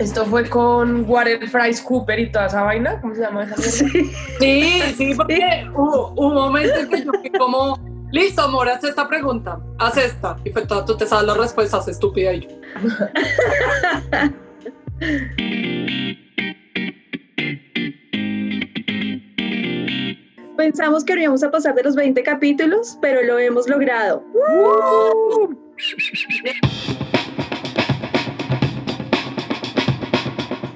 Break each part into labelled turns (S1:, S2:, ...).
S1: Esto fue con Warren Fries Cooper y toda esa vaina, ¿cómo se llama esa mierda?
S2: Sí.
S3: Sí, sí, porque hubo un momento en que yo fui como, listo, amor, haz esta pregunta, haz esta. Y fue todo, tú te sabes las respuestas, estúpida. Y yo,
S2: Pensamos que no íbamos a pasar de los 20 capítulos, pero lo hemos logrado.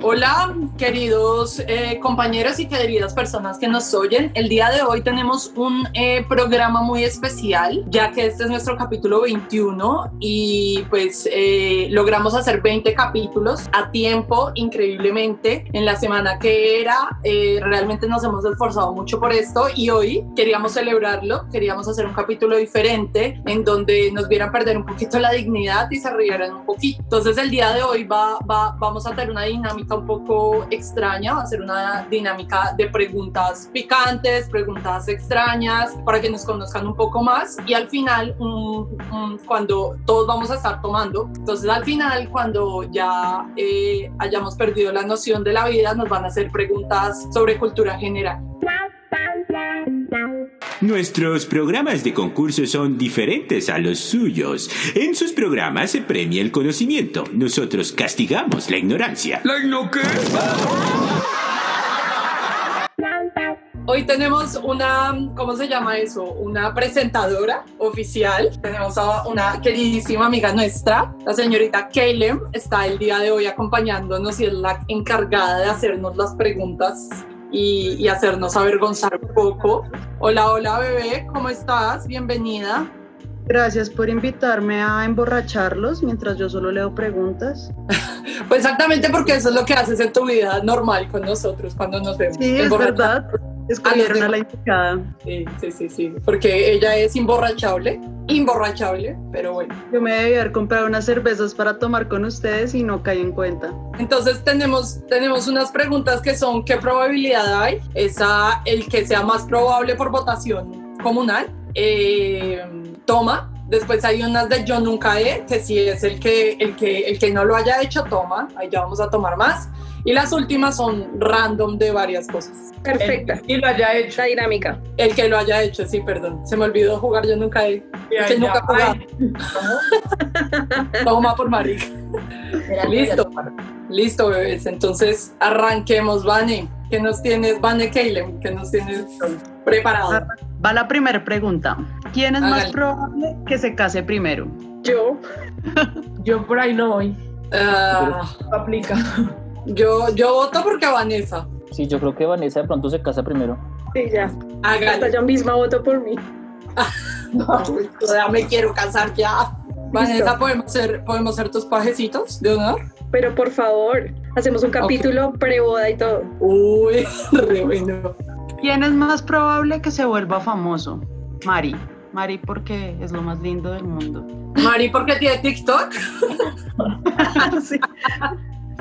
S3: Hola, queridos eh, compañeros y queridas personas que nos oyen. El día de hoy tenemos un eh, programa muy especial, ya que este es nuestro capítulo 21 y pues eh, logramos hacer 20 capítulos a tiempo, increíblemente, en la semana que era. Eh, realmente nos hemos esforzado mucho por esto y hoy queríamos celebrarlo, queríamos hacer un capítulo diferente en donde nos vieran perder un poquito la dignidad y se rieran un poquito. Entonces el día de hoy va, va- vamos a tener una dinámica un poco extraña, va a ser una dinámica de preguntas picantes, preguntas extrañas, para que nos conozcan un poco más y al final, un- un- cuando todos vamos a estar tomando, entonces al final, cuando ya eh, hayamos perdido la noción de la vida, nos van a hacer preguntas sobre cultura general.
S4: Nuestros programas de concurso son diferentes a los suyos. En sus programas se premia el conocimiento, nosotros castigamos la ignorancia.
S5: ¿La igno qué?
S3: Hoy tenemos una, ¿cómo se llama eso? Una presentadora oficial. Tenemos a una queridísima amiga nuestra, la señorita Kaylem, está el día de hoy acompañándonos y es la encargada de hacernos las preguntas y, y hacernos avergonzar un poco. Hola, hola bebé, ¿cómo estás? Bienvenida.
S6: Gracias por invitarme a emborracharlos mientras yo solo leo preguntas.
S3: Pues exactamente porque eso es lo que haces en tu vida normal con nosotros cuando nos vemos.
S6: Sí, es
S3: Emborracha-
S6: verdad. Escogieron a la indicada.
S3: Sí, sí, sí, sí, porque ella es imborrachable, imborrachable, pero bueno.
S6: Yo me debí haber comprado unas cervezas para tomar con ustedes y no caí en cuenta.
S3: Entonces tenemos, tenemos unas preguntas que son ¿qué probabilidad hay? Esa, el que sea más probable por votación comunal. eh, toma. Después hay unas de yo nunca he, que si es el que, el, que, el que no lo haya hecho, toma. Ahí ya vamos a tomar más. Y las últimas son random de varias cosas.
S2: Perfecta.
S1: Y lo haya hecho.
S2: La dinámica.
S3: El que lo haya hecho, sí, perdón. Se me olvidó jugar yo nunca he.
S1: y
S3: que
S1: haya-
S3: nunca
S1: Ay,
S3: jugaba. Toma por marica. Listo. Listo, bebés. Entonces, arranquemos, Vane. ¿Qué nos tienes, Vane Keilem? ¿Qué nos tienes preparado?
S6: Va la primera pregunta. ¿Quién es más
S3: Hágale.
S6: probable que se case primero?
S2: Yo.
S1: Yo por ahí no voy.
S3: Ah,
S1: No aplica.
S3: yo, yo voto porque a Vanessa.
S7: Sí, yo creo que Vanessa de pronto se casa primero.
S2: Sí, ya. Hasta
S3: Hágale.
S2: yo misma voto por mí.
S3: Ya me quiero casar ya. Vanessa, ¿podemos ser, ¿podemos ser tus pajecitos de honor?
S2: Pero por favor, hacemos un capítulo pre-boda y todo.
S3: Uy, re bueno.
S6: ¿Quién es más probable que se vuelva famoso? Mari. Mari porque es lo más lindo del mundo.
S3: Mari, ¿por qué tiene TikTok?
S6: Sí.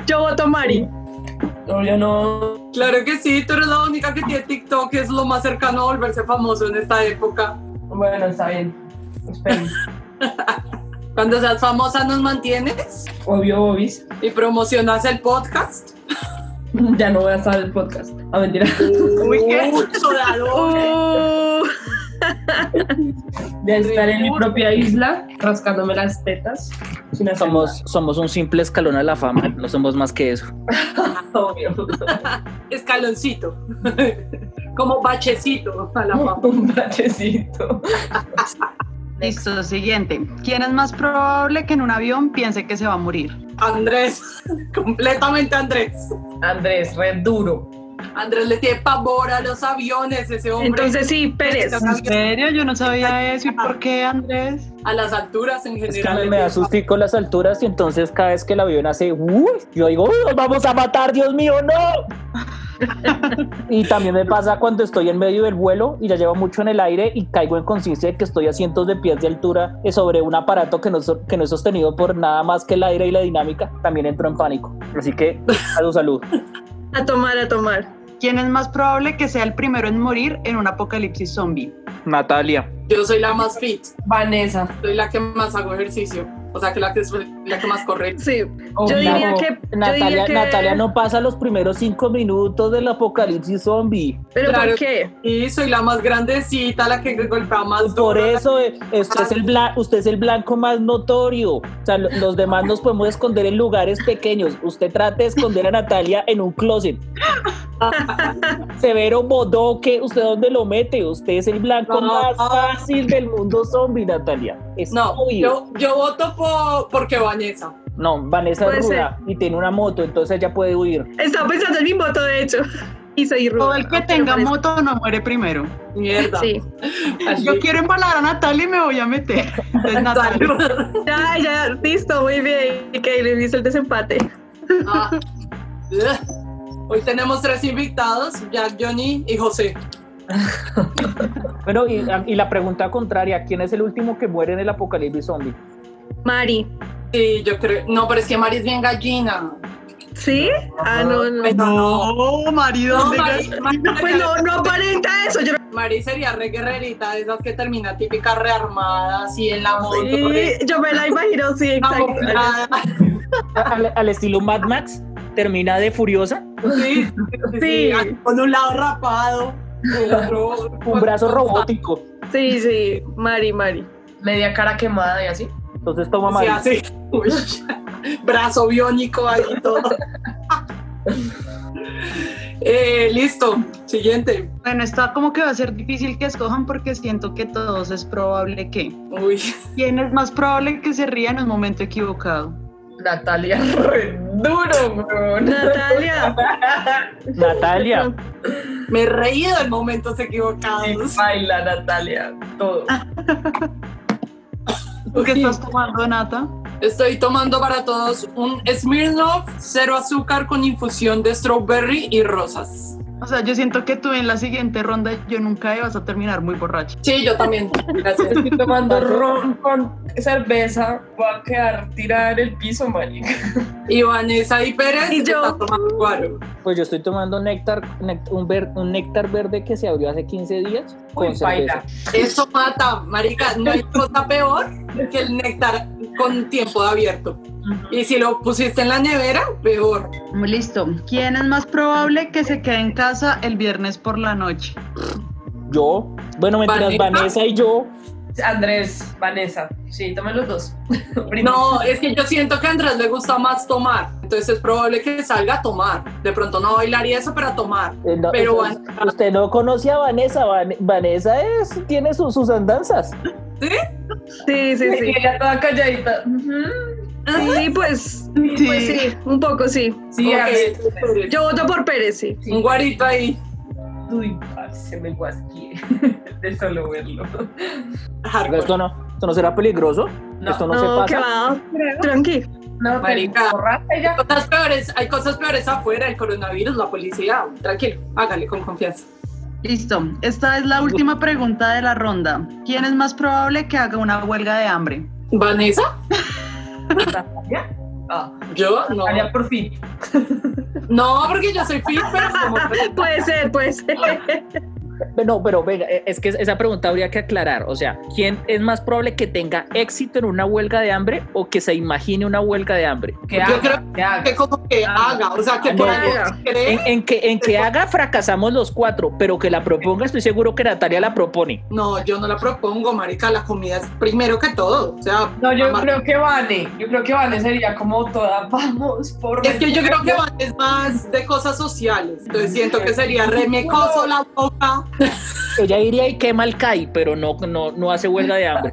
S6: Yo voto Mari.
S1: No, yo no.
S3: Claro que sí, tú eres la única que tiene TikTok, es lo más cercano a volverse famoso en esta época.
S1: Bueno, está bien. Esperen.
S3: Cuando seas famosa nos mantienes
S1: Obvio, Bobis.
S3: y promocionas el podcast.
S1: Ya no voy a estar en el podcast. A mentira.
S6: Uy, ¿qué?
S3: Mucho dador.
S6: Uh,
S1: De estar en mi propia isla, rascándome las tetas. Sin hacer
S7: Somos, somos un simple escalón a la fama, no somos más que eso.
S1: nada, obvio.
S3: Escaloncito. Como bachecito a la fama.
S1: Un bachecito.
S6: Listo, siguiente. ¿Quién es más probable que en un avión piense que se va a morir?
S3: Andrés, completamente Andrés.
S1: Andrés, red duro.
S3: Andrés le tiene pavor a los aviones, ese hombre.
S2: Entonces sí, Pérez.
S6: ¿En serio? Yo no sabía eso. ¿Y por qué, Andrés?
S3: a las alturas en
S7: Es que a mí
S3: general.
S7: me da sustico las alturas y entonces cada vez que el avión hace, "Uy", yo digo, "Uy, nos vamos a matar, Dios mío, no. y también me pasa cuando estoy en medio del vuelo y ya llevo mucho en el aire y caigo en conciencia de que estoy a cientos de pies de altura eh, sobre un aparato que no, es so- que no es sostenido por nada más que el aire y la dinámica, también entro en pánico. Así que, salud, salud.
S2: A tomar, a tomar.
S6: ¿Quién es más probable que sea el primero en morir en un apocalipsis zombie?
S7: Natalia.
S3: Yo soy la más fit,
S1: Vanessa.
S3: soy la que más hago ejercicio, o sea, que la que, la que más corre.
S2: Sí.
S1: Oh,
S2: Yo diría que. yo diría
S7: Natalia,
S2: que-
S7: Natalia no pasa los primeros cinco minutos del apocalipsis zombie.
S2: ¿Pero
S3: Claro.
S2: por qué?
S3: Y soy la más grandecita, la que golpea más duro.
S7: Por eso eh, usted es, el bla- usted es el blanco más notorio. O sea, lo- los demás nos podemos esconder en lugares pequeños. Usted trata de esconder a Natalia en un closet. Severo bodoque, ¿usted dónde lo mete? Usted es el blanco
S3: No.
S7: más fácil del mundo zombie, Natalia. Es
S3: No,
S7: obvio.
S3: yo, yo voto por, porque Vanessa.
S7: No, Vanessa
S2: Puede
S7: es ruda y tiene una moto, entonces ella puede huir.
S2: Estaba pensando en mi moto, de hecho. Y soy ruda.
S6: Todo el que
S2: aunque
S6: tenga
S2: no
S6: moto no muere primero.
S3: Mierda.
S2: parezca. Sí.
S3: Ashley.
S6: Yo quiero embalar a Natalia y me voy a meter. Entonces, Natalia.
S2: Ya, ya, listo, muy bien. Kaylin hizo el desempate.
S3: Ah. Ugh. Hoy tenemos tres invitados, Jack, Johnny y José.
S7: Bueno, y,
S2: Mm.
S7: y la pregunta contraria, ¿quién es el último que muere en el apocalipsis zombie?
S2: Mari.
S3: Sí, yo creo. No, pero es que Mari es bien gallina.
S2: ¿Sí? Ah, no, no.
S3: Ay, no.
S6: Pues No, marido,
S3: No,
S6: ¿dónde
S3: Mari,
S6: gas-
S3: Mari,
S2: Pues no, no aparenta eso. Yo
S3: Mari sería re guerrerita, de esas que termina típica rearmada, así en la moto. re-
S2: Sí, yo me la imagino, sí, exacto.
S3: camuflada.
S7: Al, al estilo Mad Max, termina de furiosa,
S3: Sí, sí, sí,
S2: Sí.
S3: sí, Con un lado rapado, el otro.
S7: un brazo robótico.
S2: Sí, sí, Mari, Mari.
S1: Media cara quemada y así.
S7: Entonces toma
S3: Se
S7: Mari.
S3: hace. Uy, brazo biónico ahí todo. Eh, listo, siguiente.
S6: Bueno, está como que va a ser difícil que escojan porque siento que todos es probable que.
S3: Uy,
S6: ¿Quién es más probable que se ría en el momento equivocado?
S1: Natalia, re duro, weón.
S2: Natalia.
S7: Natalia.
S3: me he reído en momentos equivocados.
S1: Sí, baila Natalia, todo.
S6: ¿Tú qué estás tomando, Nata?
S3: Estoy tomando para todos un Smirnoff cero azúcar con infusión de strawberry y rosas.
S6: O sea, yo siento que tú en la siguiente ronda yo nunca vas a terminar muy borracha.
S3: Sí, yo también. Gracias.
S1: Estoy tomando ron con cerveza. Voy a quedar tirada en el piso, marica.
S3: Y Vanessa y Pérez
S2: Y yo.
S3: está tomando guaro.
S7: Pues yo estoy tomando néctar, néct- un, ver- un néctar verde que se abrió hace 15 días con
S1: Uy,
S7: cerveza.
S1: baila.
S3: Eso mata, marica. No hay cosa peor que el néctar con tiempo de abierto. Y si lo pusiste en la nevera, peor.
S6: Listo. ¿Quién es más probable que se quede en casa el viernes por la noche?
S7: Yo, bueno, mientras
S3: Vanessa.
S7: Vanessa y yo,
S1: Andrés, Vanessa. Sí, tomen los dos.
S3: No, es que yo siento que a Andrés le gusta más tomar. Entonces es probable que salga a tomar. De pronto no bailaría eso, pero a tomar.
S7: eh, no,
S3: Pero
S7: entonces, usted no conoce a Vanessa, Van- Vanessa es, tiene sus- sus andanzas.
S2: Sí, sí,
S1: Y
S2: sí.
S1: ella toda calladita. Ujú.
S2: Sí, pues, pues sí, un poco sí.
S1: Sí,
S3: Ok,
S1: a ver.
S3: Pérez.
S2: Yo voto por Pérez, sí.
S1: Sí.
S3: Un guarito ahí.
S1: Uy, ay, se me guasqué de solo verlo.
S7: Pero
S3: Hardcore.
S7: esto no, esto no será peligroso,
S1: No.
S7: esto no, se
S2: No,
S7: pasa.
S2: que va, tranqui.
S1: No,
S3: Marica.
S1: pero borracha ya.
S3: Hay cosas peores, hay cosas peores afuera, el coronavirus, la policía, tranquilo, hágale con confianza.
S6: Listo. Esta es la última pregunta de la ronda. ¿Quién es más probable que haga una huelga de hambre?
S3: ¿Vanessa?
S1: Natalia. Ah,
S3: ¿Yo? No,
S1: Natalia por fin.
S3: no porque yo soy fit, pero como-
S2: Puede ser, puede ser.
S7: No, pero venga, eh, es que esa pregunta habría que aclarar. O sea, ¿quién es más probable que tenga éxito en una huelga de hambre o que se imagine una huelga de hambre?
S1: Que
S3: Yo
S1: haga,
S3: creo
S1: que haga.
S3: que como que haga, o sea, que
S7: No,
S3: por
S7: no.
S3: algo se cree.
S7: En, en que, en que haga fracasamos los cuatro, pero que la proponga, estoy seguro que Natalia la propone.
S3: No, yo no la propongo, marica, la comida es primero que todo, o sea...
S1: No, yo
S3: mamá-
S1: creo que Vane. Yo creo que Vane sería como toda. Vamos por.
S3: Es que yo creo que Van es más de cosas sociales, entonces siento que sería remecoso la boca.
S7: Ella diría y quema el CAI, pero no, no, no hace huelga de hambre.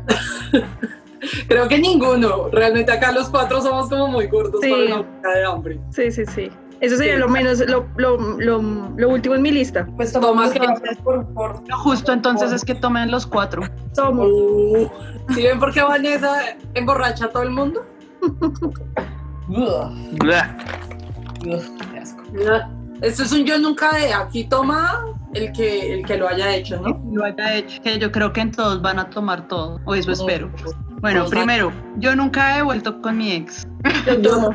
S3: Creo que ninguno, realmente acá los cuatro somos como muy gordos
S2: Sí.
S3: para una boca de hambre.
S2: Sí, sí, sí. Eso sería lo menos, lo, lo, lo, lo último en mi lista.
S1: Pues tomamos
S3: Toma,
S1: todas por, por.
S6: Justo entonces es que tomen los cuatro.
S2: Somos.
S3: Uh, ¿Sí ven por qué Vanessa emborracha a todo el mundo?
S1: Ugh, ugh, qué asco.
S3: Esto es un yo nunca de aquí toma el que, el que lo haya hecho, ¿no?
S6: Lo haya hecho. Que yo creo que en todos van a tomar todo, o eso espero. Bueno,
S3: Todos van-
S6: primero, yo nunca he vuelto con mi ex.
S2: Yo tomo.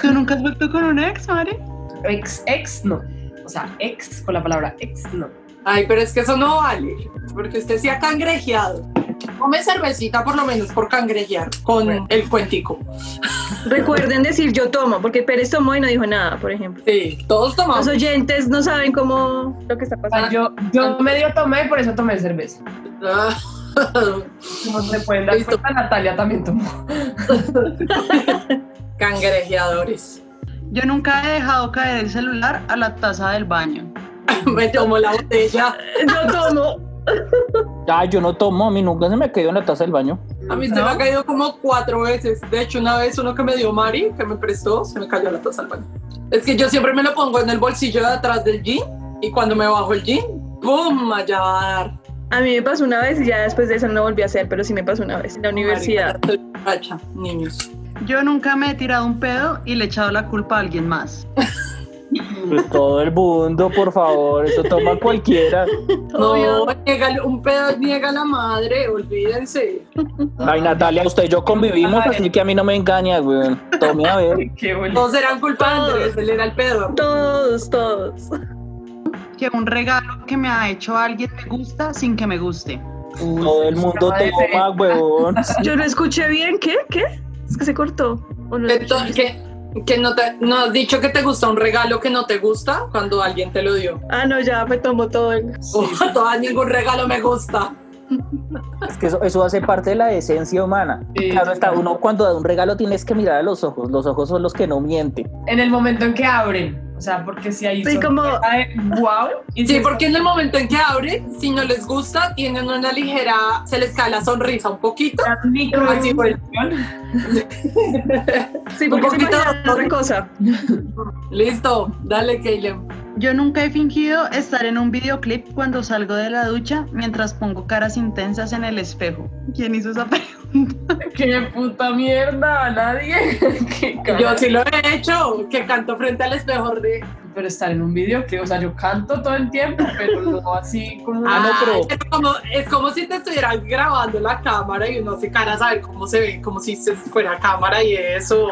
S6: ¿Tú nunca has vuelto con un ex, Mari?
S1: Ex, ex, no. O sea, ex con la palabra ex, no.
S3: Ay, pero es que eso no vale, porque usted se ha cangrejeado. Come cervecita por lo menos por cangrejear con
S1: Bueno.
S3: el cuentico.
S2: Recuerden decir yo tomo, porque Pérez tomó y no dijo nada, por ejemplo.
S3: Sí, todos tomamos.
S2: Los oyentes no saben cómo lo que está pasando.
S1: Yo, yo medio tomé, por eso tomé cerveza.
S3: Ah,
S1: Como se pueden dar
S3: Listo.
S1: cuenta, Natalia también tomó.
S3: Cangrejeadores.
S6: Yo nunca he dejado caer el celular a la taza del baño.
S3: Me tomo la botella.
S2: Yo tomo.
S7: Ah, yo no tomo, a mí nunca se me quedó en la taza del baño.
S3: A mí se me ha caído como cuatro veces. De hecho, una vez uno que me dio Mari, que me prestó, se me cayó la taza al baño. Es que yo siempre me lo pongo en el bolsillo de atrás del jean y cuando me bajo el jean, ¡pum! Allá va a dar.
S2: A mí me pasó una vez y ya después de eso no volví a hacer, pero sí me pasó una vez en la universidad.
S3: Marica, estoy borracha, niños.
S6: Yo nunca me he tirado un pedo y le he echado la culpa a alguien más.
S7: Pues todo el mundo, por favor, eso toma cualquiera.
S3: No, niega- un pedo niega la madre, olvídense.
S7: Ay, Natalia, usted y yo convivimos, así que a mí no me engañas, güey. Tome a ver.
S1: Qué bonito.
S3: Todos eran culpa de Andrés, él era el pedo.
S2: Todos, todos.
S6: Que un regalo que me ha hecho alguien me gusta sin que me guste.
S7: Todo el mundo toma, huevón.
S2: Yo no escuché bien, ¿qué? ¿Qué? Es que se cortó. ¿O no escuché?
S3: Entonces, que que no, te, no has dicho que te gusta un regalo que no te gusta cuando alguien te lo dio.
S2: Ah, no, ya me tomo todo. el-
S3: Oh, todas, ningún regalo me gusta.
S7: Es que eso, eso hace parte de la esencia humana.
S1: Sí,
S7: Claro, está
S1: total.
S7: uno cuando da un regalo tienes que mirar a los ojos. Los ojos son los que no mienten.
S1: En el momento en que abren. O sea, porque si ahí
S2: Sí,
S1: son-
S2: como-
S1: Ay, wow. Y
S3: Sí,
S1: si-
S3: porque en el momento en que abre, si no les gusta, tienen una ligera, se les cae la sonrisa un poquito.
S1: Una micro-
S3: Así fue.
S2: Sí,
S3: Un
S2: porque se
S3: poquito de
S2: imaginan
S3: dolor.
S2: otra cosa.
S3: Listo, dale, Kaylem.
S6: Yo nunca he fingido estar en un videoclip cuando salgo de la ducha mientras pongo caras intensas en el espejo. ¿Quién hizo esa pregunta?
S1: Qué puta mierda, nadie. Qué
S3: Yo
S1: cara.
S3: sí lo he hecho, que canto frente al espejo re.
S1: Pero estar en un video que, o sea, yo canto todo el tiempo, pero no así como.
S7: Ah, no, pero-
S3: Ay, pero como, es como si te estuvieran grabando la cámara y uno hace cara a saber cómo se ve, como si se fuera cámara y eso.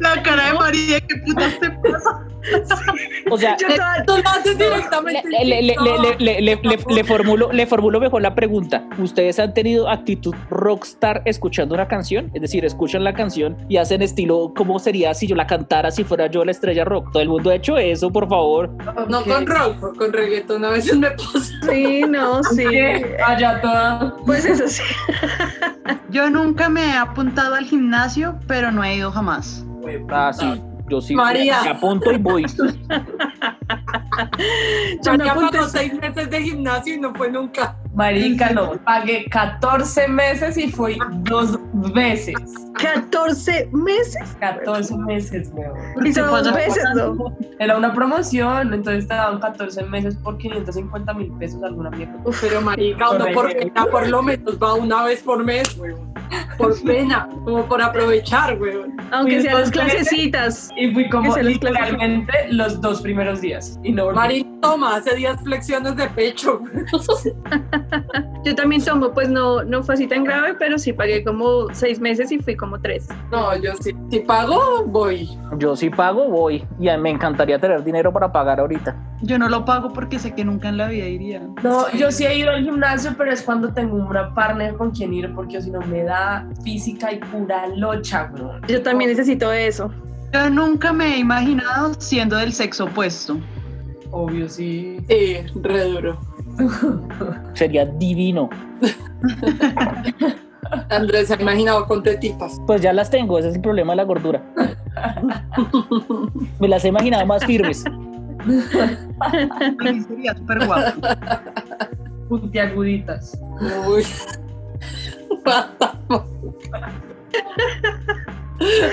S6: La cara de María, ¿qué putas te pasa?
S7: O sea,
S2: Yo toda-
S3: Tú lo haces
S7: le,
S3: directamente. en
S7: le- le-
S3: TikTok.
S7: le- le- le- le- le formulo, le formulo mejor la pregunta. ¿Ustedes han tenido actitud rockstar escuchando una canción? Es decir, escuchan la canción y hacen estilo, ¿cómo sería si yo la cantara si fuera yo la estrella rock? Todo el mundo ha hecho eso, por favor.
S3: No con rock, con reggaetón a veces me pasa.
S2: Sí, no, sí.
S1: ¿Qué? Allá toda.
S2: Pues eso sí.
S6: Yo nunca me he apuntado al gimnasio, pero no he ido jamás.
S7: Ah, sí, yo sí.
S3: María.
S7: Me apunto y voy.
S2: Yo me
S3: María
S2: apunté.
S3: pagó seis meses de gimnasio y no fue nunca.
S1: Marica, no. Pagué 14 meses y fui dos veces.
S2: 14 meses.
S1: 14 meses, weón.
S2: Y solo dos veces, ¿no?
S1: Era una promoción, entonces te daban 14 meses por 550 mil pesos alguna mierda.
S3: Pero marica, uno por
S1: Correcto.
S3: pena por lo menos va una vez por mes, weón. Por pena, como por aprovechar, weón.
S2: Aunque
S1: Uy,
S2: sean las
S1: dos veces.
S2: clasecitas.
S1: Y fui como
S2: se les clasifica.
S1: literalmente los dos primeros días. Y no volví.
S3: Mari toma, hace 10 flexiones de pecho. weón.
S2: Yo también tomo, pues no, no fue así tan grave, pero sí pagué como seis meses y fui como tres.
S3: No, yo sí. Si pago, voy.
S7: Yo sí pago, voy. Y a- me encantaría tener dinero para pagar ahorita.
S6: Yo no lo pago porque sé que nunca en la vida iría.
S1: No, yo sí he ido al gimnasio, pero es cuando tengo una partner con quien ir, porque si no me da física y pura locha, bro.
S2: Yo también necesito eso.
S6: Yo nunca me he imaginado siendo del sexo opuesto.
S1: Obvio, sí.
S3: Sí, Eh, re duro.
S7: Sería divino.
S3: Andrés se ha imaginado con tetitas.
S7: Pues ya las tengo, ese es el problema de la gordura. Me las he imaginado más firmes.
S6: A mí sería súper guapo.
S1: Puntiaguditas.
S3: Uy.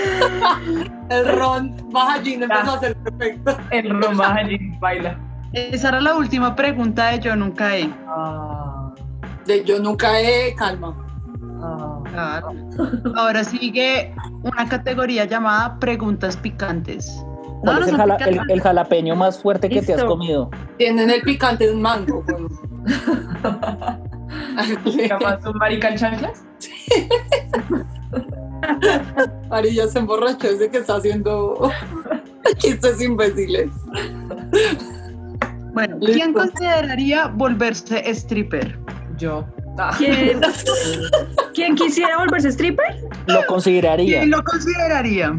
S3: El ron baja allí, no empezó a ser perfecto.
S1: El román baila.
S6: Esa era la última pregunta de yo nunca he.
S1: Ah,
S3: De yo nunca he calma.
S1: ah.
S6: Claro. Ahora sigue una categoría llamada preguntas picantes.
S7: ¿Cuál es el,
S6: son
S7: jala- el-
S6: picantes.
S7: el jalapeño más fuerte que te has
S2: Listo.
S7: comido?
S3: Tienen el picante de un mango. pues. güey.
S1: ¿Jamás un marica en chanclas?
S3: Ari ya se emborrachó ese que está haciendo chistes imbéciles.
S6: Bueno, ¿quién
S3: Listo.
S6: consideraría volverse stripper?
S1: Yo. Ah.
S2: ¿Quién, quién quisiera volverse stripper?
S7: Lo consideraría.
S6: ¿Quién lo consideraría?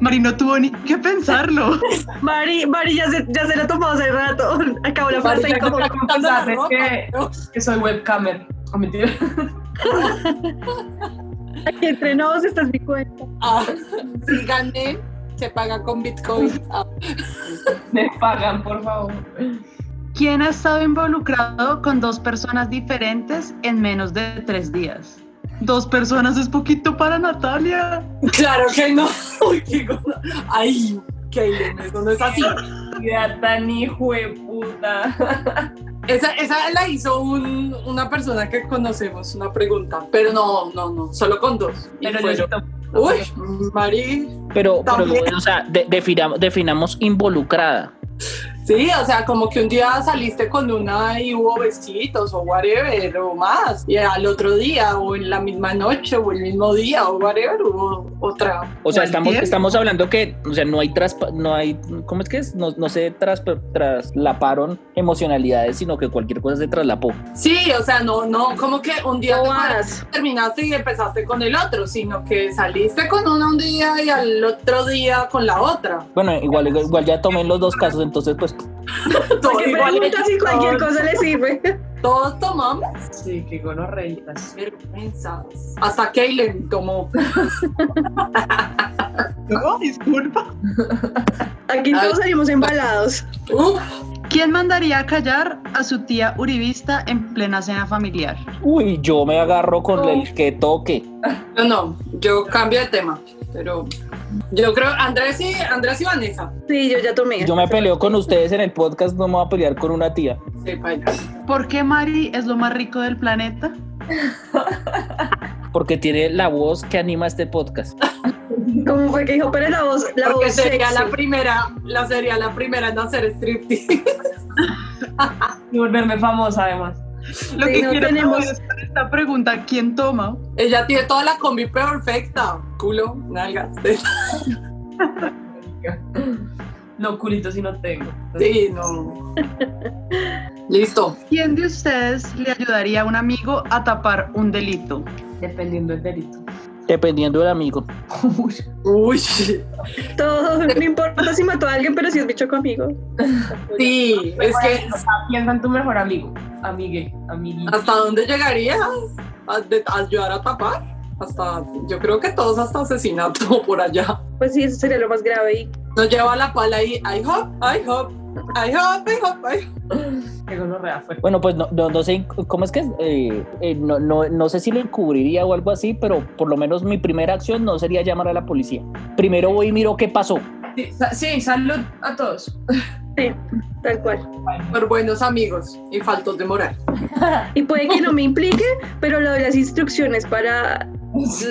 S6: Mari no tuvo ni que pensarlo.
S2: Mari, Mari ya se, ya se la tomó hace rato. Acabó la frase
S1: Marica, yo
S2: y como...
S1: tengo que confesar,
S3: la
S1: es
S3: ropa,
S1: que,
S3: ¿no?
S1: que soy webcamer. Ah, mentira.
S2: Aquí entre nos, esta es mi cuenta.
S3: Ah, si gané, se paga con Bitcoin. Ah,
S1: Me pagan, por favor.
S6: ¿Quién ha estado involucrado con dos personas diferentes en menos de tres días? Dos personas es poquito para Natalia.
S3: claro que no. Uy, qué gorda. Ay, Kaylin, eso no es así.
S1: Ya tan hijo de puta.
S3: Esa, esa la hizo un- una persona que conocemos, una pregunta. Pero no, no, no, solo con dos. Y
S1: Pero
S3: fueron-
S1: yo
S3: Uy, Mari.
S7: Pero,
S3: También.
S7: pero o sea, de- definam- definamos involucrada.
S3: Sí, o sea, como que un día saliste con una y hubo besitos o whatever o más. Y al otro día o en la misma noche o el mismo día o whatever hubo otra.
S7: O sea,
S6: Cualquier.
S7: estamos, estamos hablando que, o sea, no hay traspa- no hay, ¿cómo es que es? No, no se traspa- traslaparon emocionalidades, sino que cualquier cosa se traslapó.
S3: Sí, o sea, no, no, como que un día te
S2: Bobadas.
S3: terminaste y empezaste con el otro, sino que saliste con una un día y al otro día con la otra.
S7: Bueno, igual, igual ya tomé los dos casos, entonces pues
S3: Todo
S2: Que
S3: igual,
S2: pregunta si cualquier
S3: todos-
S2: cosa le sirve.
S3: Todos tomamos
S1: Sí, qué gonorreitas.
S3: vergüenzas. Hasta Kaylin tomó.
S6: No, disculpa.
S2: Aquí todos salimos embalados.
S3: Uf,
S6: ¿Quién mandaría a callar a su tía Uribista en plena cena familiar?
S7: Uy, yo me agarro con el que toque.
S3: No, no, yo cambio de tema, pero yo creo Andrés y Andrés y Vanessa.
S2: Sí, yo ya tomé.
S7: Yo me peleo con ustedes en el podcast, no me voy a pelear con una tía.
S3: Sí, paila.
S6: ¿Por qué Mari es lo más rico del planeta?
S7: Porque tiene la voz que anima este podcast.
S2: ¿Cómo fue que dijo? Pero la voz, la
S3: Porque
S2: voz
S3: sería
S2: sexy.
S3: la primera, la sería la primera en hacer striptease.
S1: Y volverme famosa, además.
S6: Lo
S2: Sí,
S6: que
S2: no
S6: quiero
S2: tenemos-
S6: saber es con esta pregunta, ¿quién toma?
S3: Ella tiene toda la combi perfecta. Culo, nalgas. tetas.
S1: No, culito si no tengo.
S3: Sí, no. Listo.
S6: ¿Quién de ustedes le ayudaría a un amigo a tapar un delito?
S1: Dependiendo del delito.
S7: Dependiendo del amigo.
S1: Uy,
S3: Uy.
S2: Todo, no importa si mató a alguien, pero si es bicho conmigo.
S3: Sí, es que
S1: piensa en tu mejor amigo. Amigue, amiguito.
S3: hasta dónde llegarías a de- a ayudar a tapar. Hasta, yo creo que todos hasta asesinato por allá.
S2: Pues sí, eso sería lo más grave. Y
S3: Nos lleva la pala ahí. I hop, I hop, I hop, I hop, I hop.
S1: Qué gonorrea fue.
S7: Bueno, pues no, no, no sé, ¿cómo es que? es? Eh, eh, no, no, no sé si lo encubriría o algo así, pero por lo menos mi primera acción no sería llamar a la policía. Primero voy y miro qué pasó.
S1: Sí, sa- sí, salud a todos.
S2: tal cual.
S3: Por buenos amigos y faltos de moral.
S2: Y puede que no me implique, pero lo de las instrucciones para.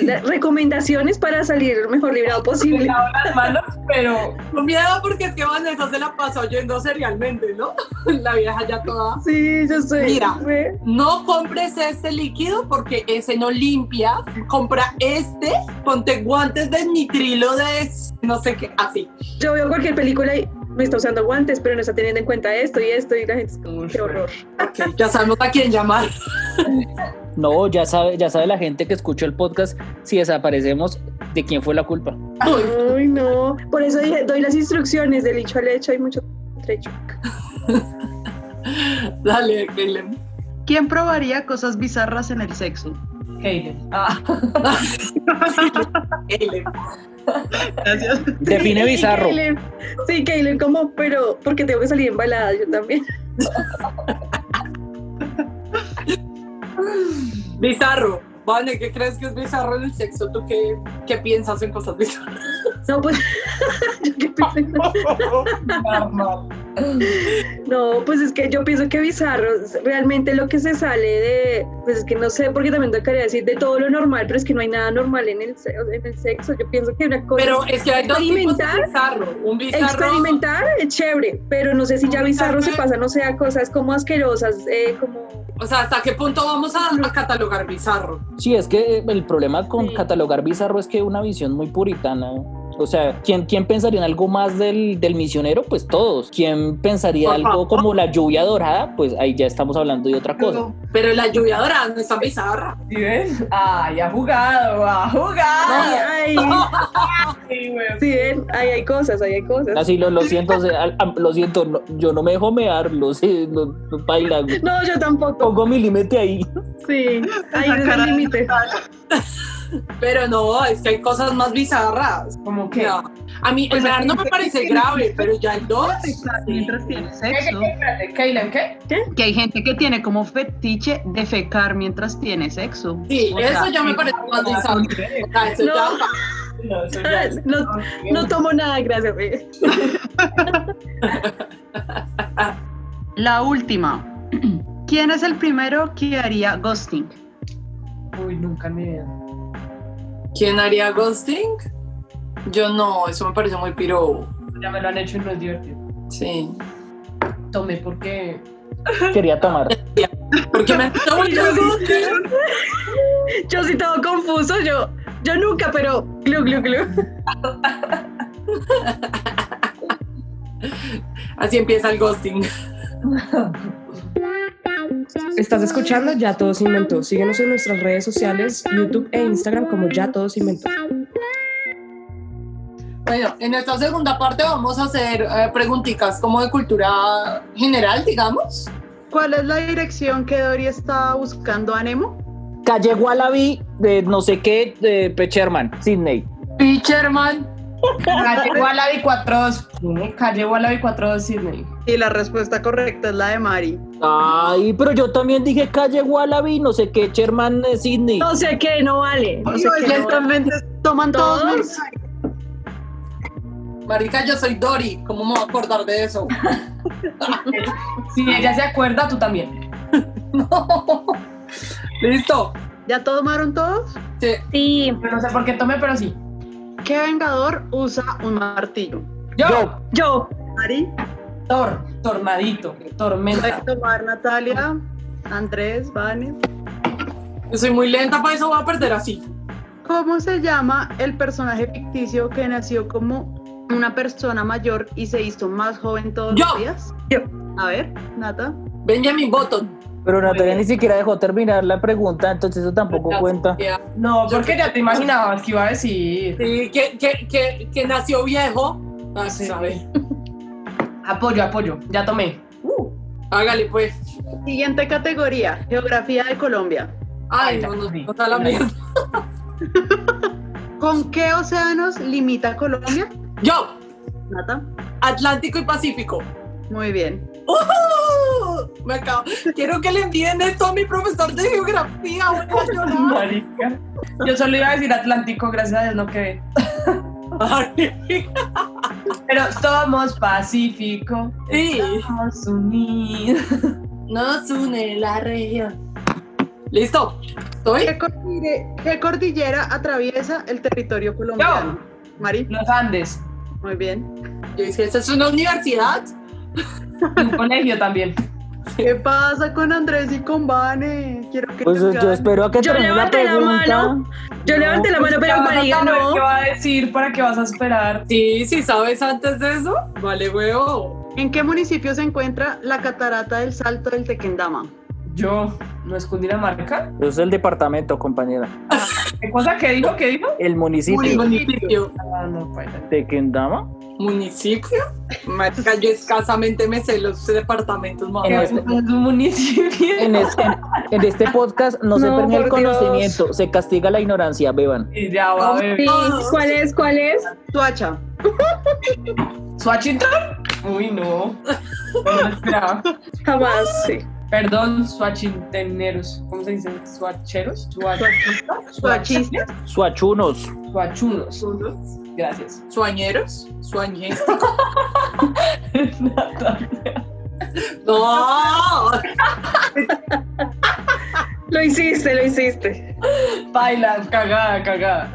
S2: las recomendaciones para salir lo mejor librado
S1: Me
S2: posible.
S1: lavo las manos, pero
S3: Con miedo porque es que Vanessa se la pasó oyéndose realmente, ¿no? La vieja ya toda.
S2: Sí, yo soy.
S3: Mira.
S2: re-
S3: No compres este líquido porque ese no limpia. Compra este, ponte guantes de nitrilo de s- no sé qué, así.
S2: Yo veo cualquier película y me está usando guantes, pero no está teniendo en cuenta esto y esto y la gente. es como, Qué horror.
S3: Ok, ya sabemos a quién llamar.
S7: No, ya sabe, ya sabe la gente que escuchó el podcast, si desaparecemos, ¿de quién fue la culpa?
S2: Ay, no. Por eso dije, doy las instrucciones del hecho al hecho, hay mucho trecho.
S3: Dale, Kaylem.
S6: ¿Quién probaría cosas bizarras en el sexo?
S1: Kaylin. Ah,
S3: Kaylem.
S6: Gracias.
S7: Define
S2: Sí,
S7: bizarro.
S2: Kaylin. Sí, Kaylin, como, pero porque tengo que salir embalada yo también.
S3: Bizarro. Vale, ¿qué crees que es bizarro en el sexo? ¿Tú qué, qué piensas en cosas bizarras?
S2: No, pues. yo qué pienso.
S1: normal.
S2: No, pues es que yo pienso que bizarro, es realmente lo que se sale de, pues es que no sé, porque también tocaría decir de todo lo normal, pero es que no hay nada normal en el, se- en el sexo. Yo pienso que una cosa
S6: Pues,
S3: Pero es que hay dos tipos de
S2: Experimentar.
S3: bizarro. Un bizarro.
S2: experimentar es chévere, pero no sé si ya bizarro se pasa, no sé, a cosas como asquerosas, eh, como
S3: O sea, ¿hasta qué punto vamos a, a catalogar bizarro?
S7: Sí, es que eh, el problema con
S2: Sí.
S7: catalogar bizarro es que una visión muy puritana O sea, ¿quién, quién pensaría en algo más del, del misionero? Pues todos. ¿Quién pensaría
S3: Por
S7: algo
S3: favor.
S7: como la lluvia dorada? Pues ahí ya estamos hablando de otra cosa.
S3: Pero la lluvia dorada no es tan bizarra.
S1: ¿Sí ven? Ay, ha jugado, ha jugado.
S2: Ay,
S1: Sí, güey.
S2: sí, ven, ahí hay cosas, ahí hay cosas.
S7: Así lo, lo siento, se- al- am- lo siento, no- yo no me dejo mear, lo sé, no, no baila, güey.
S2: No, yo tampoco.
S7: Pongo mi límite ahí.
S2: Sí, ahí
S6: Esa
S2: es
S6: cara
S2: el
S6: de
S2: límite.
S3: Pero no, es que hay cosas más bizarras.
S1: Como que.
S3: No. A mí
S6: Pues
S3: el verano
S6: así
S3: no me
S6: que-
S3: parece grave, pero ya el 2.
S6: Mientras tiene
S1: ¿Qué, qué,
S6: sexo.
S1: qué? Espérate, Kayla, ¿qué?
S6: Que hay gente que tiene como fetiche defecar mientras tiene sexo.
S3: Sí,
S6: O
S3: eso
S6: sea,
S3: ya me parece más bizarro. O sea, eso
S2: No.
S3: ya-
S1: Ah, No, eso ya es-
S2: No, no tomo nada, gracias. eh. güey.
S6: La última. ¿Quién es el primero que haría ghosting?
S1: Uy, nunca ni idea.
S3: ¿Quién haría ghosting? Yo no, eso me parece muy piro.
S1: Ya me lo han hecho y no es divertido.
S3: Sí.
S1: Tomé porque.
S7: Quería tomar.
S3: Porque me gusta mucho el ghosting.
S2: Yo sí todo confuso, yo, yo nunca, pero glu, glu, glu.
S3: Así empieza el ghosting.
S5: Estás escuchando Ya Todos Inventó. Síguenos en nuestras redes sociales, YouTube e Instagram como Ya Todos Inventó.
S3: Bueno, en esta segunda parte vamos a hacer eh, preguntitas como de cultura general, digamos.
S6: ¿Cuál es la dirección que Dory estaba buscando a Nemo?
S7: Calle Wallaby de no sé qué, de Pecherman, Sydney.
S3: Pitcherman.
S1: Calle Wallaby 42. ¿Qué? Calle Wallaby 42, Sydney.
S6: Y la respuesta correcta es la de Mari.
S7: Ay, pero yo también dije calle Wallaby, no sé qué, Sherman, eh, Sydney.
S2: No sé qué, no vale. No sé qué, no vale.
S6: Lentamente toman todos.
S2: ¿Todos?
S6: mensajes.
S3: Marica, yo soy Dory. ¿Cómo me voy a acordar de eso?
S1: Si ella se acuerda, tú también.
S3: Listo.
S6: ¿Ya tomaron todos?
S3: Sí.
S2: Sí,
S1: Yo no sé por qué tomé, pero sí.
S6: ¿Qué vengador usa un martillo?
S1: Yo,
S2: yo.
S6: Mari,
S1: Thor, tornadito, tormenta.
S6: puede tomar Natalia, Andrés, Vanes.
S3: Yo soy muy lenta, para eso voy a perder así.
S6: ¿Cómo se llama el personaje ficticio que nació como una persona mayor y se hizo más joven todos
S3: Yo.
S6: los días?
S2: Yo.
S6: A ver, Nata.
S3: Benjamin Button.
S7: Pero Natalia ni siquiera dejó terminar la pregunta, entonces eso tampoco cuenta.
S1: No, porque ya te imaginabas que iba a decir.
S3: Sí, que, que, que, que nació viejo. Ah,
S1: Sí.
S3: sabe.
S1: Apoyo, apoyo. Ya tomé.
S3: Hágale, pues.
S6: Siguiente categoría, geografía de Colombia.
S3: Ay,
S1: Ay,
S3: no, no,
S1: sí.
S3: no está la mierda.
S6: ¿Con qué océanos limita Colombia?
S3: Yo,
S6: Nata.
S3: Atlántico y Pacífico.
S6: Muy bien.
S3: ¡Ujú! Me acabo. Quiero que le envíen esto a mi profesor de geografía. voy a llorar.
S1: Marica. Yo solo iba a decir Atlántico, gracias a Dios no quedé.
S3: Ay,
S1: Pero somos Pacífico,
S3: Sí.
S1: somos unidos.
S3: Nos une la región. ¿Listo? ¿Estoy?
S6: ¿Qué cordille- qué cordillera, atraviesa el territorio colombiano? Mari,
S1: Los Andes,
S6: muy bien.
S3: Yo dije, ¿esa es una universidad?
S1: y un colegio también.
S6: ¿Qué pasa con Andrés y con Vanes? Quiero que
S7: Pues
S6: nos
S7: yo
S6: ganen.
S7: espero a que
S2: Yo
S7: termine la
S2: levanté la
S7: pregunta.
S2: mano. Yo levanté la mano, pero María
S1: ¿Qué
S2: no.
S1: va a decir? ¿Para qué vas a esperar?
S3: Sí, si sabes antes de eso, vale huevo.
S6: ¿En qué municipio se encuentra la catarata del Salto del Tequendama?
S1: Yo, ¿no es Cundinamarca?
S7: Es el departamento, compañera.
S1: ¿Qué cosa? ¿Qué dijo? ¿Qué dijo?
S7: El municipio
S3: Municipio.
S1: Ah, no, paila.
S7: de Kendama.
S3: ¿Municipio? Marica, yo escasamente me sé los departamentos, mamá.
S1: ¿Qué
S7: En
S1: es
S7: este-
S1: un municipio?
S7: En este, en- en este podcast no, se
S2: No,
S7: premia el
S2: por Dios.
S7: conocimiento, se castiga la ignorancia, beban.
S1: Y ya va a ver.
S2: Sí, ¿cuál es? ¿Cuál es?
S6: Tuacha.
S1: ¿Swachington? Uy, no. No lo esperaba.
S2: Jamás, sí.
S1: Perdón, swachinteneros. ¿Cómo se dice? ¿Suacheros?
S6: Tuachista.
S7: Suachunos.
S1: Suachunos.
S3: ¿Unos?
S1: Gracias.
S3: ¿Suañeros? ¿Suañeros?
S1: Natalia.
S3: ¡No!
S2: Lo hiciste, lo hiciste.
S1: Baila, cagada, cagada.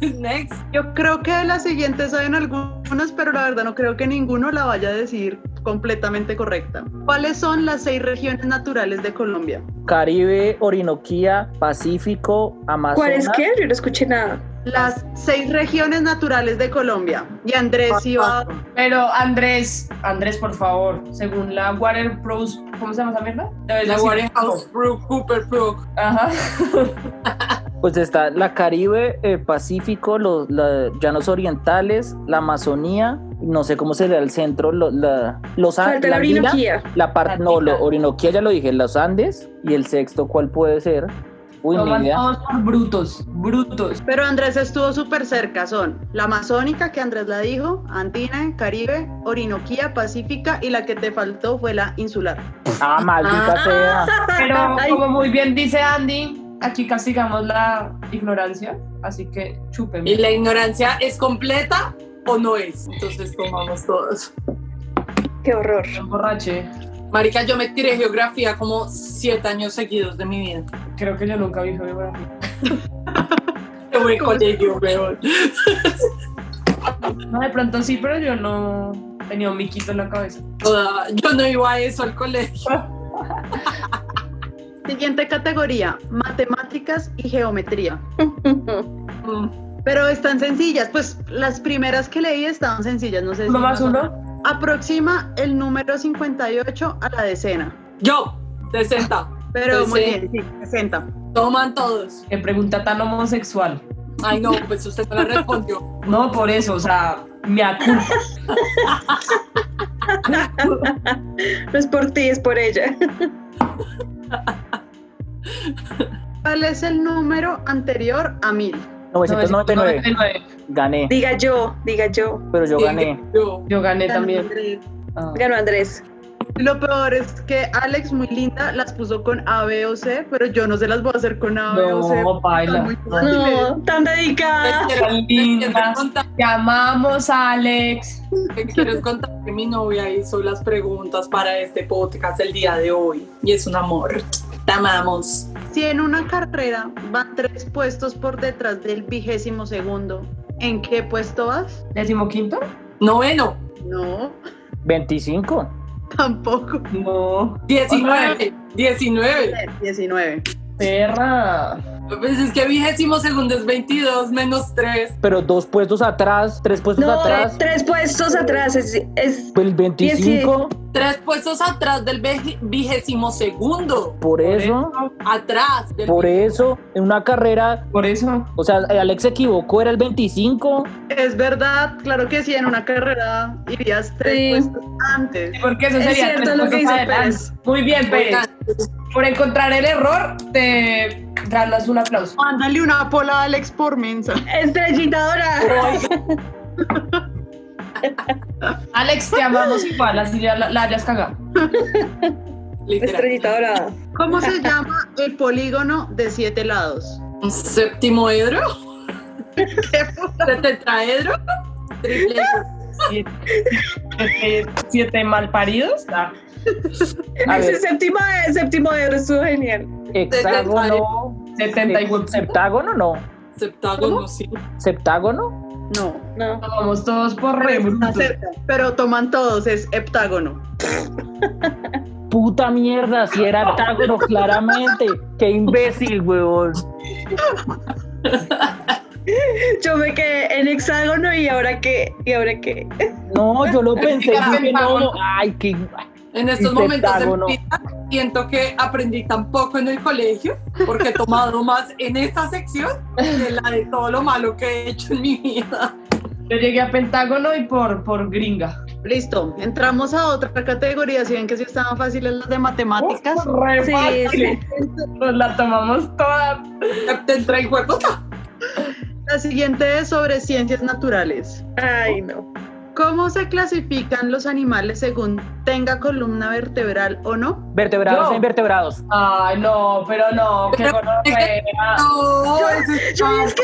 S3: Next.
S6: Yo creo que de las siguientes saben algunas, pero la verdad no creo que ninguno la vaya a decir completamente correcta. ¿Cuáles son las seis regiones naturales de Colombia?
S7: Caribe, Orinoquía, Pacífico, Amazonas.
S2: ¿Cuál es qué? Yo no escuché nada.
S6: las seis regiones naturales de Colombia. Y Andrés iba.
S1: Pero Andrés, Andrés, por favor, según la Water Pros, ¿cómo se llama esa mierda? Debes
S3: La
S1: decir-
S3: Waterhouse Brew Cooper Brew.
S1: Ajá.
S7: Pues está la Caribe, el Pacífico, los la- llanos orientales, la Amazonía, no sé cómo se le da el centro, lo- la, los a-
S2: Falta la
S7: lina,
S2: Orinoquía.
S7: la parte, no,
S1: Latina.
S7: lo, Orinoquía ya lo dije, los Andes, y el sexto, ¿cuál puede ser? Uy,
S1: Lo
S7: ni idea.
S1: mandamos por brutos, brutos.
S6: Pero Andrés estuvo súper cerca. Son la Amazónica, que Andrés la dijo, Andina, Caribe, Orinoquía, Pacífica y la que te faltó fue la insular.
S7: Ah, maldita sea.
S1: Pero
S2: Ay,
S1: como muy bien dice Andy, aquí castigamos la ignorancia, así que chupen.
S3: Y la ignorancia es completa o no es. Entonces tomamos todos.
S2: qué horror.
S1: Borrache,
S3: Marica, yo me tiré geografía como siete años seguidos de mi vida.
S1: creo que yo nunca vi geografía.
S3: Qué buen colegio, weón.
S1: No, de pronto sí, pero yo no tenía un miquito en la cabeza.
S3: Toda- Yo no iba a eso al colegio.
S6: Siguiente categoría, matemáticas y geometría.
S3: Mm.
S6: Pero están sencillas, pues las primeras que leí estaban sencillas, no sé si...
S1: ¿Uno más
S6: más o-
S1: uno?
S6: Aproxima el número 58 a la decena.
S3: Yo, 60.
S6: Pero muy
S3: Decena.
S6: bien, sí, 60.
S3: Toman todos.
S1: Qué pregunta tan homosexual.
S3: Ay, no, pues usted no la respondió.
S1: No, por eso, o sea, me acusa.
S2: No es por ti, es por ella.
S6: ¿Cuál es el número anterior a 1000?
S7: Pues 999, gané,
S2: Diga yo, diga yo.
S7: pero Pues yo
S3: Sí,
S7: gané.
S3: Yo.
S1: Yo gané también. Ah.
S2: Ganó Andrés.
S6: Lo peor es que Alex, muy linda, las puso con A, B o C, pero yo no se las voy a hacer con A, B o C.
S1: Ah. No,
S6: Están
S1: baila.
S6: muy fáciles.
S2: No, tan
S7: Ah.
S2: dedicada.
S3: ¿Qué quieres-
S1: lindas.
S3: qué quieres contar?
S1: Te amamos, Alex.
S3: ¿Qué quieres contar? Que mi novia hizo las preguntas para este podcast el día de hoy. Y es un amor. Te amamos.
S6: Si en una carrera van tres puestos por detrás del vigésimo segundo, ¿en qué puesto vas?
S1: ¿Décimo quinto?
S3: Noveno,
S6: No,
S7: 25.
S6: tampoco.
S1: No.
S3: 19, 19.
S6: 19.
S1: Perra.
S3: Pues es que vigésimo segundo es 22 menos 3.
S7: Pero dos puestos atrás, tres puestos
S2: No,
S7: atrás, Pues
S2: tres, tres puestos atrás. Es, es-
S7: el 25,
S3: Tres puestos atrás del veji- vigésimo segundo.
S7: por eso,
S3: Atrás. Del
S7: por eso, en una carrera,
S1: Por eso.
S7: o sea, Alex se equivocó, era el 25.
S6: Es verdad, claro que sí, en una carrera irías tres
S2: Sí.
S6: puestos antes.
S1: Porque eso
S2: Es
S1: sería
S2: cierto
S1: tres
S2: lo que
S1: cosas
S2: dice
S1: adelante.
S2: Pérez.
S1: Muy bien, Pérez.
S3: Oigan,
S1: Por encontrar el error, te ganas un aplauso.
S6: Mándale una pola a Alex por mensa.
S2: estrellita dorada.
S1: Alex, te amamos igual, así ya la, la hayas cagado.
S3: literal.
S2: Estrellita dorada.
S6: ¿Cómo se llama el polígono de siete lados?
S3: Un séptimo hedro,
S6: ¿Qué puta?
S3: de tetraedro, triple.
S1: Siete, siete malparidos. Ah.
S7: A
S2: Ese
S7: ver.
S2: séptimo, séptimo de estuvo genial.
S7: Hexágono.
S1: Setenta y huevo.
S7: Septágono no.
S3: Septágono, sí.
S7: Septágono.
S6: No,
S2: No.
S1: Vamos todos por re
S2: Pues,
S6: pero está
S1: brutos.
S6: cerca. Pero toman todos, es heptágono.
S7: Puta mierda, si era heptágono, claramente. Qué imbécil, huevón.
S2: Yo me quedé en hexágono y ahora qué, y ahora qué.
S7: No, yo lo pensé.
S3: Diga
S7: dije,
S3: pentágono.
S7: no, ay, qué.
S3: En estos
S7: Y
S3: momentos de
S7: septágono.
S3: mi vida siento que aprendí tan poco en el colegio porque he tomado más en esta sección que la de todo lo malo que he hecho en mi vida.
S1: Yo llegué a Pentágono y por, por gringa.
S6: Listo, entramos a otra categoría. Si ven que sí estaban fáciles las de matemáticas.
S1: Re
S2: Sí,
S1: fácil.
S2: sí.
S1: Nos la tomamos toda.
S3: Tetra y hueputa.
S6: La siguiente es sobre ciencias naturales.
S2: Ay, no.
S6: ¿Cómo se clasifican los animales según tenga columna vertebral o no?
S7: Vertebrados
S1: Yo.
S7: e invertebrados.
S1: Ay, no, pero no, qué gonorrea.
S3: No, eso es
S6: Yo es que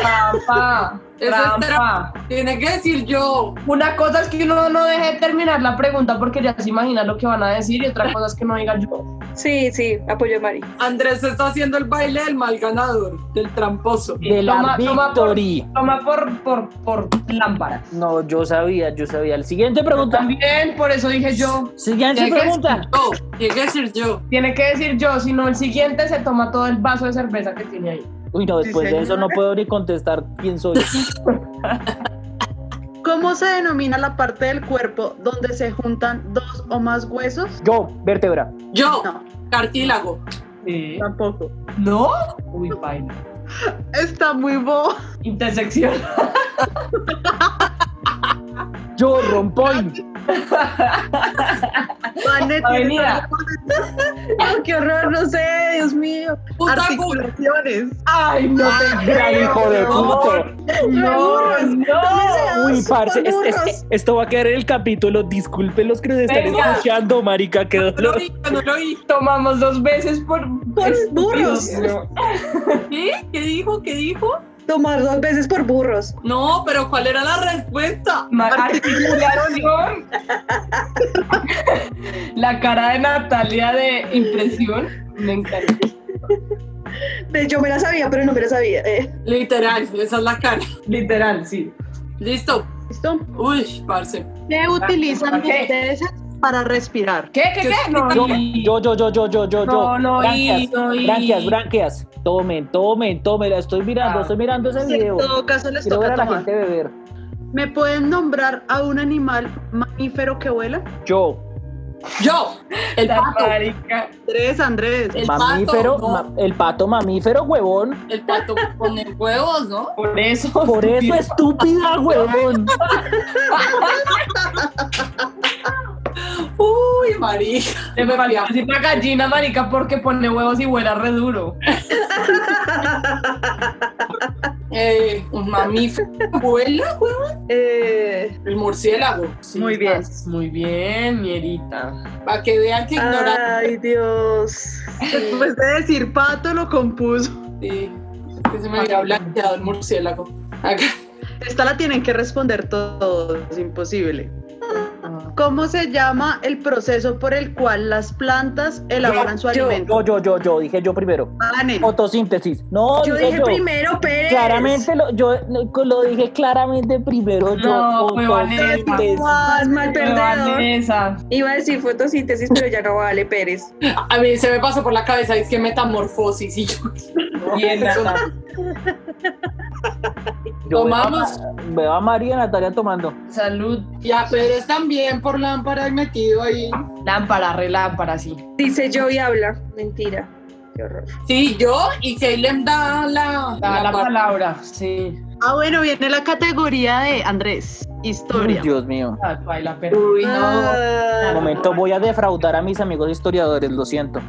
S1: Trampa,
S3: Eso es
S1: trampa.
S3: Tiene que decir yo.
S1: Una cosa es que uno no deje de terminar la pregunta porque ya se imagina lo que van a decir y otra cosa es que no diga yo.
S2: Sí, sí, apoyo a Mari.
S3: Andrés está haciendo el baile del mal ganador, del tramposo.
S7: De la
S1: Toma- toma por-
S7: victory.
S1: Toma por, por, por lámpara.
S7: No, yo sabía, yo sabía. El siguiente pregunta.
S1: También, por eso dije yo.
S7: Siguiente
S1: Tiene que
S7: pregunta.
S3: Yo, tiene que decir yo.
S1: Tiene que decir yo, si no el siguiente se toma todo el vaso de cerveza que tiene ahí.
S7: Uy, no,
S6: Sí,
S7: después de eso
S6: señora.
S7: no puedo ni contestar quién soy.
S6: ¿Cómo se denomina la parte del cuerpo donde se juntan dos o más huesos?
S7: Yo, vértebra.
S3: Yo,
S6: No.
S3: cartílago.
S1: Sí.
S6: Tampoco.
S1: ¿No? Uy, vaina.
S6: Está muy bobo.
S1: Intersección.
S7: Yo, rompoy.
S6: Vane,
S1: Avenida.
S2: No, qué horror, no sé, Dios mío.
S3: Punta aguda.
S6: Articulaciones.
S1: Ay, no te
S7: Gran
S1: creo,
S7: hijo de
S1: no.
S7: puta.
S1: No, no.
S7: Uy, parce, es- es-
S2: burros.
S7: esto va a quedar en el capítulo. Disculpen los que nos están
S1: Venga.
S7: escuchando, marica. Qué
S3: No lo
S7: dolor.
S3: vi, no lo vi.
S1: Tomamos dos veces por,
S2: Por burros.
S1: estúpidos,
S3: ¿Qué? ¿Qué dijo? ¿Qué dijo?
S2: Tomar dos veces por burros.
S3: No, pero ¿cuál era la respuesta?
S1: Ma- Articulación. La cara de Natalia de impresión. Me encanta.
S2: De hecho, me la sabía, pero no me la sabía. eh.
S3: Literal, esa es la cara.
S1: Literal, sí.
S3: Listo.
S2: ¿Listo?
S3: Uy, parce.
S6: ¿Qué utilizan
S1: ¿Para qué?
S6: ustedes para respirar?
S1: ¿Qué, qué, qué? No,
S7: Yo,
S1: y-
S7: yo, yo, yo, yo, yo, yo.
S1: No, no,
S7: Branquias,
S1: y- no, y-
S7: branquias, branquias. Tomen, tomen, tomen. La estoy mirando,
S1: Ah.
S7: estoy mirando ese
S6: En
S7: video.
S6: todo caso les
S7: Quiero ver
S6: toca
S7: a la
S6: tomar.
S7: gente beber.
S6: ¿Me pueden nombrar a un animal mamífero que vuela?
S7: Yo,
S3: Yo, el
S1: la
S3: pato.
S1: marica.
S6: Andrés, Andrés.
S3: El
S7: mamífero,
S3: pato, no.
S7: ma- el pato mamífero, huevón.
S3: El pato pone huevos, ¿no?
S1: Por eso.
S7: Por eso estúpida, huevón.
S3: Uy, marica.
S1: Le faltó decir la gallina, marica, porque pone huevos y huela re duro.
S3: Eh, un mamífero vuela, huevón.
S2: Eh,
S3: El murciélago.
S6: Muy bien.
S1: estás Muy bien, mierita.
S3: Para que vean
S6: Ah.
S3: que ignorar.
S2: ay, Dios.
S6: Después de decir pato lo compuso.
S3: Sí. Es que se me había blanqueado el murciélago. Acá.
S6: Esta la tienen que responder todos, es imposible. ¿Cómo se llama el proceso por el cual las plantas elaboran su alimento?
S7: Yo, yo, yo, yo. Dije yo primero.
S6: Vane,
S7: Fotosíntesis. No,
S2: Yo
S7: dije
S2: dije
S7: yo.
S2: primero, Pérez.
S7: Claramente lo, yo lo dije claramente primero yo.
S1: No, fue Vanessa.
S7: fotosíntesis.
S2: Más mal
S1: Pero
S2: perdedor.
S1: Vanessa.
S2: Iba a decir fotosíntesis, pero ya no vale, Pérez.
S3: A mí se me pasó por la cabeza, es que metamorfosis y yo.
S1: Bien, Nata.
S7: Yo veo a
S3: Tomamos.
S7: Ma- Veo a María y Natalia tomando.
S1: Salud.
S3: Ya, pero es también por lámpara y metido ahí.
S1: Lámpara, relámpara, sí.
S2: Dice yo y habla. Mentira. Qué horror.
S3: Sí, yo y Salem da la,
S1: Da la
S3: par-
S1: palabra, sí.
S6: Ah, bueno, viene la categoría de Andrés, historia.
S7: Uy, Dios mío.
S1: Ay, baila, pero.
S3: Uy, no.
S7: De
S2: Ah,
S7: momento voy a defraudar a mis amigos historiadores, lo siento.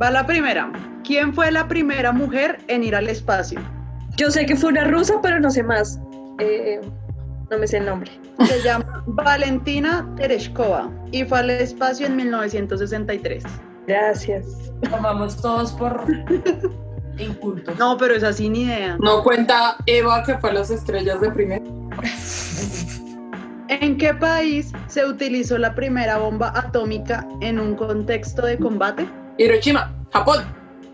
S6: Va la primera. ¿Quién fue la primera mujer en ir al espacio?
S2: Yo sé que fue una rusa, pero no sé más. Eh, no me sé el nombre.
S6: Se llama Valentina Tereshkova y fue al espacio en 1963.
S2: Gracias.
S1: Tomamos todos por incultos.
S6: No, pero es así ni idea.
S3: No cuenta Eva que fue a las estrellas de primer.
S6: ¿En qué país se utilizó la primera bomba atómica en un contexto de combate?
S3: Hiroshima, Japón.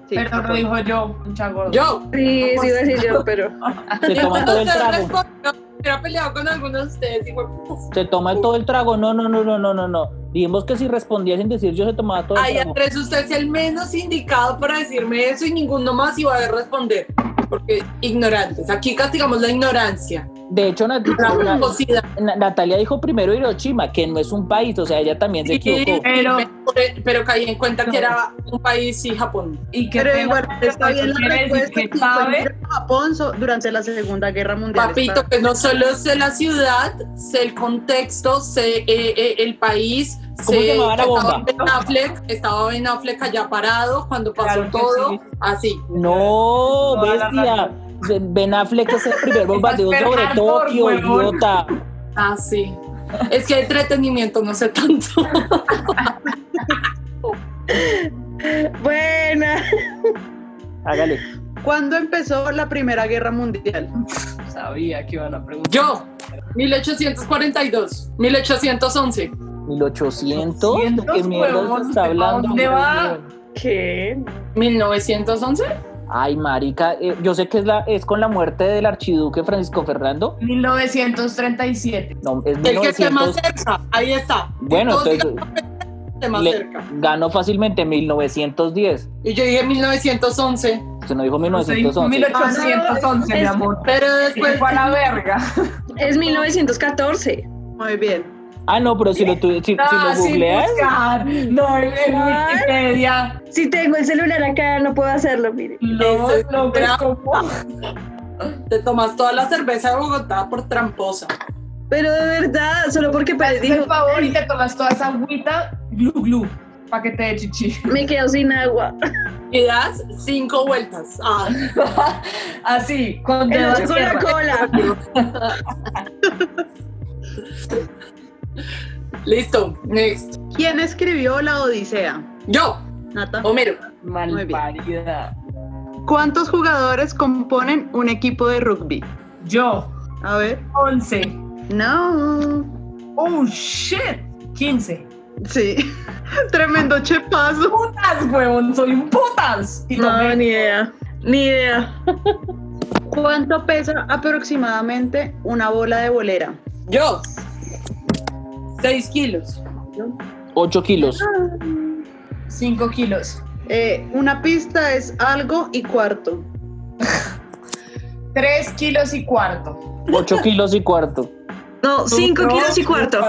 S6: Sí,
S1: Pero lo
S6: Japón.
S1: dijo yo, mucha gorda.
S3: Yo.
S2: Sí, sí iba a decir yo, pero.
S7: Se toma todo el trago.
S3: Hubiera peleado con alguno de ustedes y fue, uf.
S7: Se toma todo el trago. No, no, no, no, no, no, no. Dijimos que si respondía sin decir yo se tomaba todo el
S3: Ay,
S7: trago.
S3: Andrés, usted es el menos indicado para decirme eso y ninguno más iba a responder. Porque ignorantes. Aquí castigamos la ignorancia.
S7: De hecho, Nat-
S3: La
S7: Na-
S3: jocosidad.
S7: Na- Natalia dijo primero Hiroshima, que no es un país, o sea, ella también se equivocó.
S1: Pero,
S3: Pero, pero caí en cuenta que era un país y Japón.
S1: y qué
S6: Pero
S1: pena,
S6: igual está
S1: eso
S6: bien la
S1: quiere decir
S6: respuesta.
S1: que
S6: si
S1: sabe.
S6: fue en Japón so- durante la Segunda Guerra Mundial.
S3: Papito, que no solo sé la ciudad, sé el contexto, sé eh, eh, el país.
S7: ¿Cómo
S3: sé
S7: se llamaba la
S3: que estaba
S7: bomba?
S3: Ben Affleck, estaba Ben Affleck allá parado cuando pasó
S1: Claro que
S3: todo.
S1: sí.
S3: Así.
S7: No,
S1: Toda la
S7: bestia. Ben Affleck es el primer bombardeo
S1: Pearl
S7: sobre
S1: Harbor,
S7: Tokio,
S1: huevón.
S7: idiota.
S3: Así. Ah, Es que entretenimiento no sé tanto.
S2: Buena.
S7: Hágale.
S6: ¿Cuándo empezó la Primera Guerra Mundial?
S1: Sabía que iban a preguntar.
S3: Yo, 1842, 1811.
S7: 1800, ¿de qué
S1: 800,
S7: mierda
S1: huevón,
S7: se está
S1: ¿a
S7: hablando?
S1: dónde va?
S2: ¿Qué?
S3: 1911?
S7: Ay, marica, eh, yo sé que es, la, es con la muerte del archiduque Francisco Fernando.
S1: 1937.
S7: No, es
S3: El que esté más
S7: 1900.
S3: cerca. Ahí está.
S7: Bueno,
S3: Todos
S7: entonces
S3: digamos que esté más
S7: le
S3: cerca.
S7: ganó fácilmente 1910.
S3: Y yo dije 1911.
S7: Se
S1: Se
S7: nos dijo
S1: dijo
S7: 1911.
S1: 1811, mi
S2: Es-
S1: amor.
S3: Pero
S1: Después
S3: después,
S1: fue a la verga.
S2: Es 1914.
S6: Muy bien.
S7: Ah, no, pero si lo, tu- si, si
S1: Ah,
S7: lo
S1: sin
S7: googleas.
S1: buscar. No, en, en
S2: Ah.
S1: Wikipedia.
S2: Si tengo el celular acá, no puedo hacerlo, mire.
S1: No,
S3: Eso es
S1: lo ves como.
S3: te tomas toda la cerveza de Bogotá por tramposa.
S2: Pero de verdad, solo porque Pérez
S1: Hazme
S2: dijo,
S1: el favor y te tomas toda esa agüita glu glu para que te dé chichi.
S2: me quedo sin agua.
S3: Y das cinco vueltas. Ah,
S1: Así, con
S2: En
S1: dedo
S2: la Coca-Cola.
S3: listo. Next.
S6: ¿Quién escribió la Odisea?
S3: Yo,
S6: Nata.
S3: Homero.
S6: Muy bien.
S1: Malparida.
S6: ¿Cuántos jugadores componen un equipo de rugby?
S1: Yo,
S6: A ver.
S1: 11.
S6: No.
S1: Oh shit. 15.
S6: Sí. Tremendo chepazo.
S1: Putas, huevón, soy un putas. Y
S2: No,
S1: tomé-
S2: ni idea. Ni idea.
S6: ¿Cuánto pesa aproximadamente una bola de bolera?
S3: Yo, seis kilos.
S7: 8 kilos.
S1: 5 kilos.
S6: Eh, una pista es algo y cuarto.
S1: 3 kilos y cuarto.
S7: 8 kilos y cuarto.
S2: No, cinco kilos y cuarto.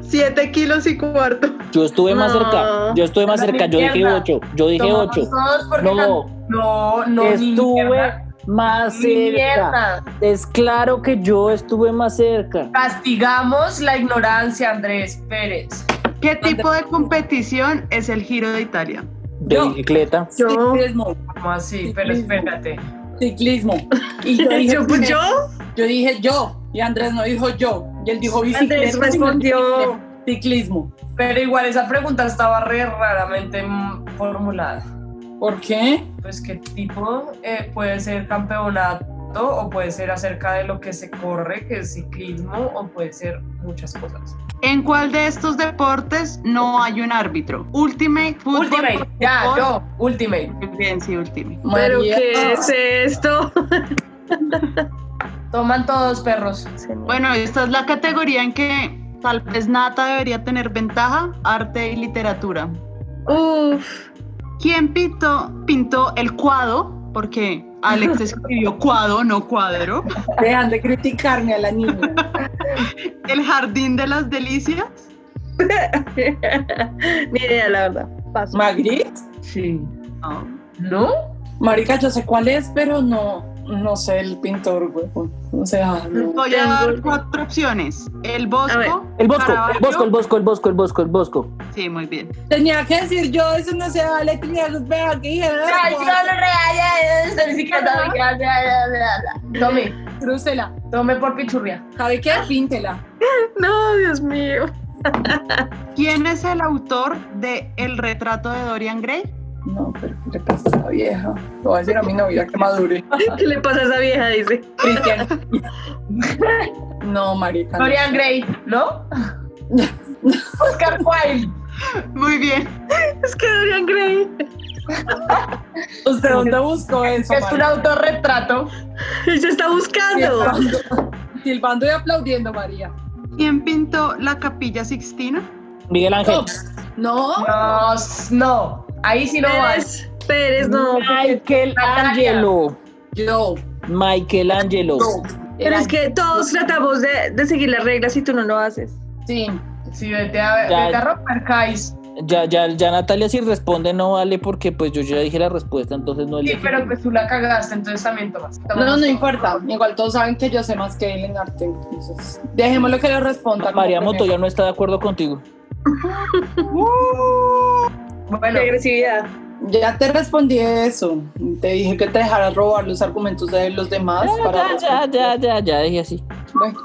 S6: Siete kilos y cuarto.
S7: Yo estuve más
S2: No.
S7: cerca. Yo estuve más
S1: Anda,
S7: cerca.
S1: mi
S7: Yo dije
S1: mierda.
S7: 8. Yo dije
S1: Tomamos
S7: 8.
S1: todos porque
S7: No.
S1: can- no, no, ni mierda.
S7: Estuve más
S1: Ni
S7: cerca.
S1: mierda.
S7: Es claro que yo estuve más cerca.
S1: Castigamos la ignorancia, Andrés Pérez.
S6: ¿Qué tipo de competición es el Giro de Italia?
S7: De
S3: Yo.
S7: bicicleta.
S2: Yo.
S3: Ciclismo,
S1: ¿Cómo así? Pero espérate.
S3: ciclismo. Y yo dije,
S2: Yo,
S3: primero-
S2: yo,
S3: yo dije yo, y Andrés no dijo yo, y él dijo bicicleta.
S2: Andrés respondió.
S3: Ciclismo.
S1: Pero igual esa pregunta estaba re raramente mm, formulada.
S3: ¿Por qué?
S1: Pues qué tipo eh, puede ser campeonato o puede ser acerca de lo que se corre, que es ciclismo, o puede ser muchas cosas.
S6: ¿En cuál de estos deportes no hay un árbitro? Ultimate, fútbol,
S1: Ultimate, ya,
S6: fútbol.
S1: yo, Ultimate.
S6: Bien, sí, Ultimate.
S2: ¿Pero
S3: María.
S2: qué es esto?
S1: Toman todos perros.
S6: Bueno, esta es la categoría en que tal vez Nata debería tener ventaja, arte y literatura.
S2: Uf,
S6: ¿Quién pintó, pintó el cuadro? Porque Alex escribió cuadro, no cuadro.
S3: Dejan de criticarme a la niña.
S6: El jardín de las delicias.
S2: ni idea, la verdad. Paso.
S3: ¿Magritte?
S1: Sí.
S6: No.
S1: ¿No?
S3: Marica, yo sé cuál es, pero no, no sé el pintor, güey. O sea, no.
S6: Voy a dar cuatro opciones. El
S2: A ver.
S6: bosco.
S7: El Bosco, el
S6: Caravaggio.
S7: Bosco, el Bosco, el Bosco, el Bosco, el Bosco.
S6: Sí, muy bien.
S3: Tenía que decir yo, eso no se vale, tenía que esperar aquí.
S1: Tome,
S3: Crúcela.
S1: tome por pichurria.
S3: ¿Sabe qué? Píntela.
S2: No, Dios mío.
S6: ¿Quién es el autor de El retrato de Dorian Gray?
S3: No, pero ¿qué le pasa a esta vieja? Lo voy a decir a mi novia que madure.
S2: ¿Qué le pasa a esa vieja? Dice.
S3: Cristian. No, marica. no.
S1: Dorian Gray, ¿no? Oscar Wilde.
S6: Muy bien.
S2: Es que Dorian Gray.
S3: ¿Usted dónde buscó eso,
S1: Es un
S3: marica?
S1: autorretrato.
S2: Ella está buscando.
S3: Silbando, silbando y aplaudiendo, María.
S6: ¿Quién pintó la capilla Sixtina?
S7: Miguel Ángel.
S3: No,
S1: No, s- no. Ahí sí no va.
S2: Pérez, Pérez, no.
S7: Michael
S1: Natalia.
S7: Angelo.
S3: yo.
S7: Michael Angelo.
S3: yo.
S2: Pero es que todos tratamos de, de seguir las reglas y tú no lo haces.
S3: Sí.
S1: Sí, vete a,
S7: Ya.
S1: vete a romper, Kais.
S7: Ya, ya, ya Natalia si responde no vale porque pues yo ya dije la respuesta, entonces no
S1: Sí,
S7: elige.
S1: pero pues tú la cagaste, entonces también tomas.
S3: No, no importa. Igual todos saben que yo sé más que él en arte. Entonces, dejémoslo que le responda.
S7: María
S3: pues,
S7: Montoya no está de acuerdo contigo.
S1: Bueno,
S2: La agresividad.
S3: Ya te respondí eso. Te dije que te dejara robar los argumentos de los demás. para
S7: Ah, Ya, ya, ya, ya, ya, dije así.
S3: Bueno.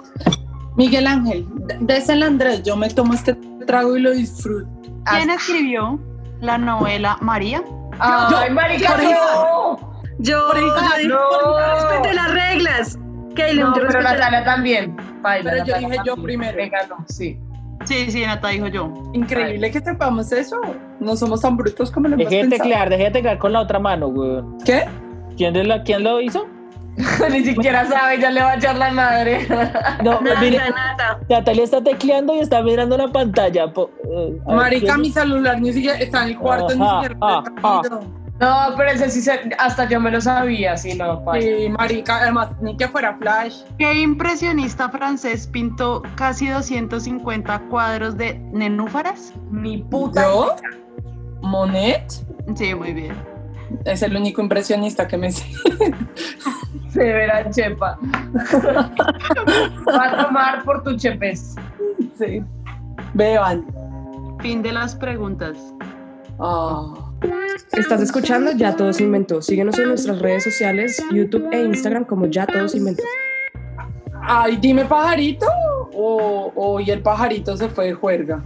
S3: Miguel Ángel, de- désela a Andrés. Yo me tomo este trago y lo disfruto.
S6: ¿Quién escribió la novela María?
S1: ay,
S3: Yo-
S1: marica,
S3: por eso.
S1: no.
S2: Yo
S1: Ay, Ah, no.
S2: respeté las reglas. Kaylin,
S1: No,
S2: tú
S1: pero
S2: respetas-
S1: Natalia también. Baila,
S3: Pero yo
S1: Natalia
S3: dije yo
S1: también.
S3: primero.
S1: Venga, no, sí.
S6: Sí, sí, Nata dijo yo.
S3: Increíble que sepamos eso. No somos tan brutos como lo hemos
S7: Dejé de
S3: pensado.
S7: teclear, dejé de teclear con la otra mano, weón.
S3: ¿Qué?
S7: ¿Quién, de la, ¿Quién lo hizo?
S1: Ni siquiera sabe, ya le va a echar la madre.
S7: No, mire,
S2: Nata, Nata.
S7: Natalia está tecleando y está mirando la pantalla. po- eh, a ver,
S3: Marica,
S7: ¿quién-
S3: mi celular ni siquiera está en el cuarto, ni
S7: Ajá,
S3: siquiera
S7: ah,
S3: está prendido.
S1: No, pero ese sí se- hasta yo me lo sabía, sí, no, paila.
S3: Y Eh, marica, además, ni que fuera Flash.
S6: ¿Qué impresionista francés pintó casi 250 cuadros de nenúfaras?
S1: Ni puta.
S3: ¿Yo? Monet
S6: Sí, muy bien.
S3: es el único impresionista que me sé.
S1: Se verá chepa. Va a tomar por tu chepes.
S3: Sí. Beban.
S6: Fin de las preguntas.
S3: Ah.
S5: Estás escuchando Ya Todos Inventó. Síguenos en nuestras redes sociales, YouTube e Instagram como Ya Todos Inventó.
S3: Ay, dime pajarito. O, o- y el pajarito se fue de juerga.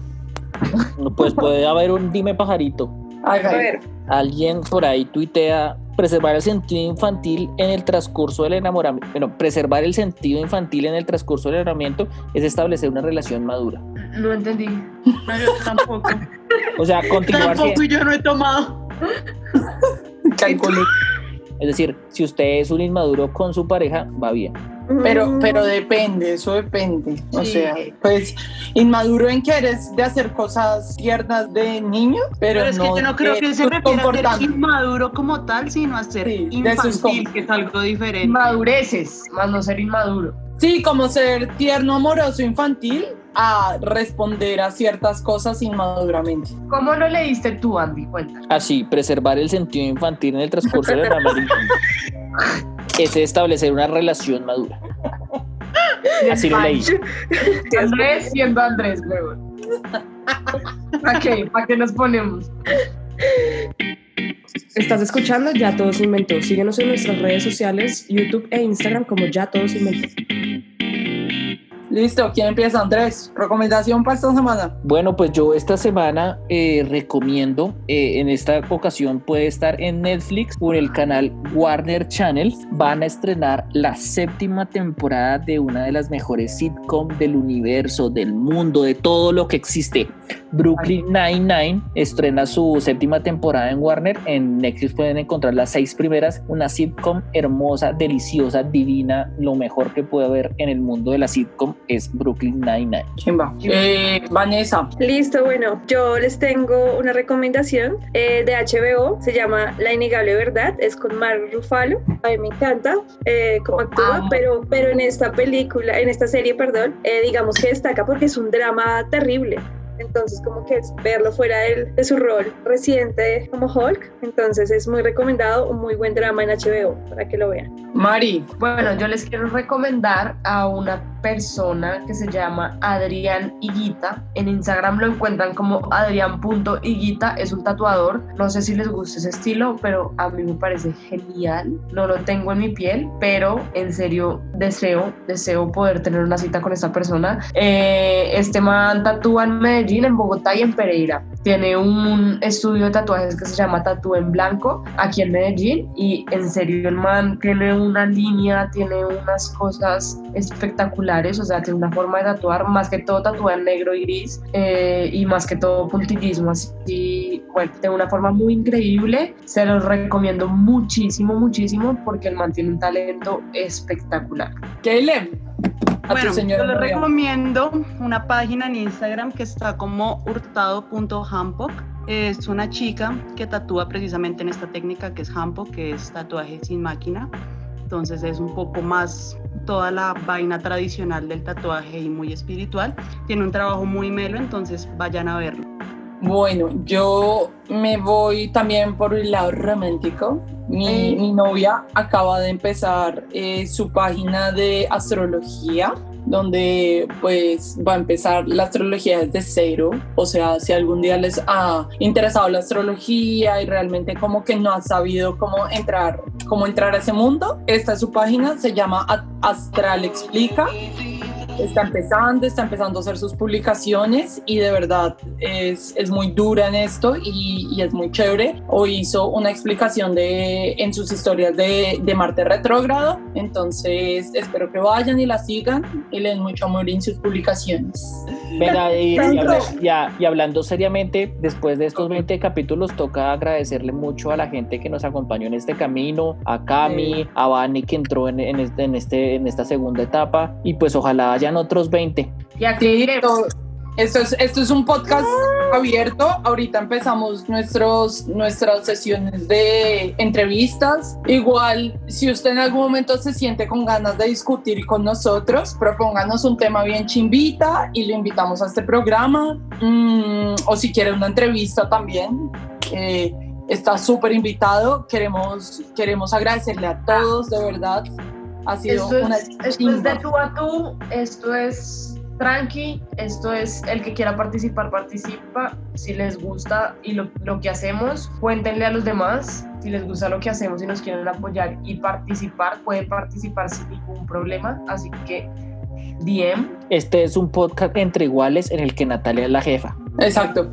S7: Pues puede haber un dime pajarito.
S3: Haga
S2: A
S3: ahí.
S2: ver,
S7: Alguien por ahí tuitea preservar el sentido infantil en el transcurso del enamoramiento. Bueno, preservar el sentido infantil en el transcurso del enamoramiento es establecer una relación madura.
S1: No entendí.
S6: tampoco.
S7: O sea, continuar.
S6: tampoco y yo no he tomado.
S3: Calculé.
S7: Es decir, si usted es un inmaduro con su pareja, va bien.
S3: Pero, pero depende, eso depende. O
S6: Sí.
S3: sea, pues inmaduro en que eres de hacer cosas tiernas de niño, pero,
S6: Pero, es que yo no creo
S3: de
S6: que se
S3: tu
S6: refiera a ser
S3: comportamiento.
S6: inmaduro como tal, sino a ser
S3: Sí, de sus
S6: infantil,
S3: com-
S6: que es algo diferente.
S1: Madureces, más no ser inmaduro.
S3: Sí, como ser tierno, amoroso, infantil, a responder a ciertas cosas inmaduramente.
S1: ¿Cómo no leíste tú, Andy? Cuenta.
S7: Así, preservar el sentido infantil en el transcurso del enamoramiento es establecer una relación madura. Así lo leí.
S1: Andrés siendo Andrés, huevón. ¿Para qué? ¿Para qué nos ponemos?
S5: Estás escuchando Ya Todos Inventó. Síguenos en nuestras redes sociales, YouTube e Instagram como Ya Todos Inventó.
S3: Listo, ¿quién empieza? Andrés, recomendación para esta semana.
S7: Bueno, pues yo esta semana eh, recomiendo, eh, en esta ocasión puede estar en Netflix por el canal Warner Channel, van a estrenar la séptima temporada de una de las mejores sitcom del universo, del mundo, de todo lo que existe. Brooklyn Nine-Nine estrena su séptima temporada en Warner. En Netflix pueden encontrar las seis primeras. Una sitcom hermosa, deliciosa, divina. Lo mejor que puede haber en el mundo de la sitcom es Brooklyn Nine-Nine.
S3: ¿Quién va? Eh, Vanessa.
S2: Listo, bueno, yo les tengo una recomendación eh, de HBO, se llama La Innegable Verdad, es con Mark Ruffalo, a mí me encanta eh, cómo actúa,
S3: Amo.
S2: pero, pero en esta película, en esta serie, perdón, eh, digamos que destaca porque es un drama terrible. Entonces, como que es verlo fuera del- de, su rol reciente como Hulk. Entonces, es muy recomendado, un muy buen drama en HBO para que lo vean.
S3: Mari.
S1: Bueno, yo les quiero recomendar a una persona que se llama Adrián Higuita. En Instagram lo encuentran como adrián.higuita, es un tatuador. No sé si les gusta ese estilo, pero a mí me parece genial. No lo tengo en mi piel, pero en serio deseo, deseo poder tener una cita con esta persona. Eh, este man tatúa en Medellín, en Bogotá y en Pereira. Tiene un estudio de tatuajes que se llama Tatú en Blanco aquí en Medellín y en serio el man tiene una línea, tiene unas cosas espectaculares, o sea, tiene una forma de tatuar, más que todo tatuar negro y gris eh, y más que todo puntillismo, así, y, bueno, tiene una forma muy increíble, se los recomiendo muchísimo, muchísimo porque el man tiene un talento espectacular.
S3: Caleb. A
S6: Bueno,
S3: tu señora.
S6: yo les
S3: María.
S6: recomiendo una página en Instagram que está como hurtado.hampock. Es una chica que tatúa precisamente en esta técnica que es hampo, que es tatuaje sin máquina. Entonces es un poco más toda la vaina tradicional del tatuaje y muy espiritual. Tiene un trabajo muy melo, entonces vayan a verlo.
S3: Bueno, yo me voy también por el lado romántico. Mi, mi novia acaba de empezar eh, su página de astrología, donde pues va a empezar la astrología desde cero. O sea, si algún día les ha interesado la astrología y realmente como que no ha sabido cómo entrar, cómo entrar a ese mundo, esta es su página, se llama A- Astral Explica está empezando, está empezando a hacer sus publicaciones y de verdad es, es muy dura en esto y, y es muy chévere. Hoy hizo una explicación de, en sus historias de, de Marte retrógrado, entonces espero que vayan y la sigan y les den mucho amor en sus publicaciones.
S7: Venga, y, y
S2: Tanto.
S7: habla- y a- y hablando seriamente, después de estos 20 capítulos, toca agradecerle mucho a la gente que nos acompañó en este camino, a Cami, a Vani que entró en, en este, en, este- en esta segunda etapa, y pues ojalá hayan otros 20.
S1: Y aquí
S3: To- Esto es, esto es un podcast
S1: Ah.
S3: abierto. Ahorita empezamos nuestros, nuestras sesiones de entrevistas. Igual, si usted en algún momento se siente con ganas de discutir con nosotros, propónganos un tema bien chimbita y lo invitamos a este programa. Mm, o si quiere una entrevista también. eh, Está súper invitado. Queremos, queremos agradecerle a todos, de verdad. Ha sido
S1: Esto
S3: una
S1: es, esto es
S3: chimba.
S1: de tú a tú, esto es tranqui, esto es el que quiera participar, participa. Si les gusta y lo, lo que hacemos, cuéntenle a los demás. Si les gusta lo que hacemos y nos quieren apoyar y participar, pueden participar sin ningún problema. Así que, DM.
S7: Este es un podcast entre iguales en el que Natalia es la jefa.
S3: Exacto,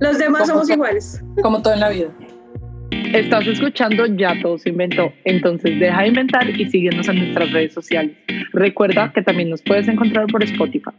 S2: Los demás somos iguales.
S3: como todo en la vida.
S8: Estás escuchando Ya Todo Se Inventó, entonces deja de inventar y síguenos en nuestras redes sociales. Recuerda que también nos puedes encontrar por Spotify.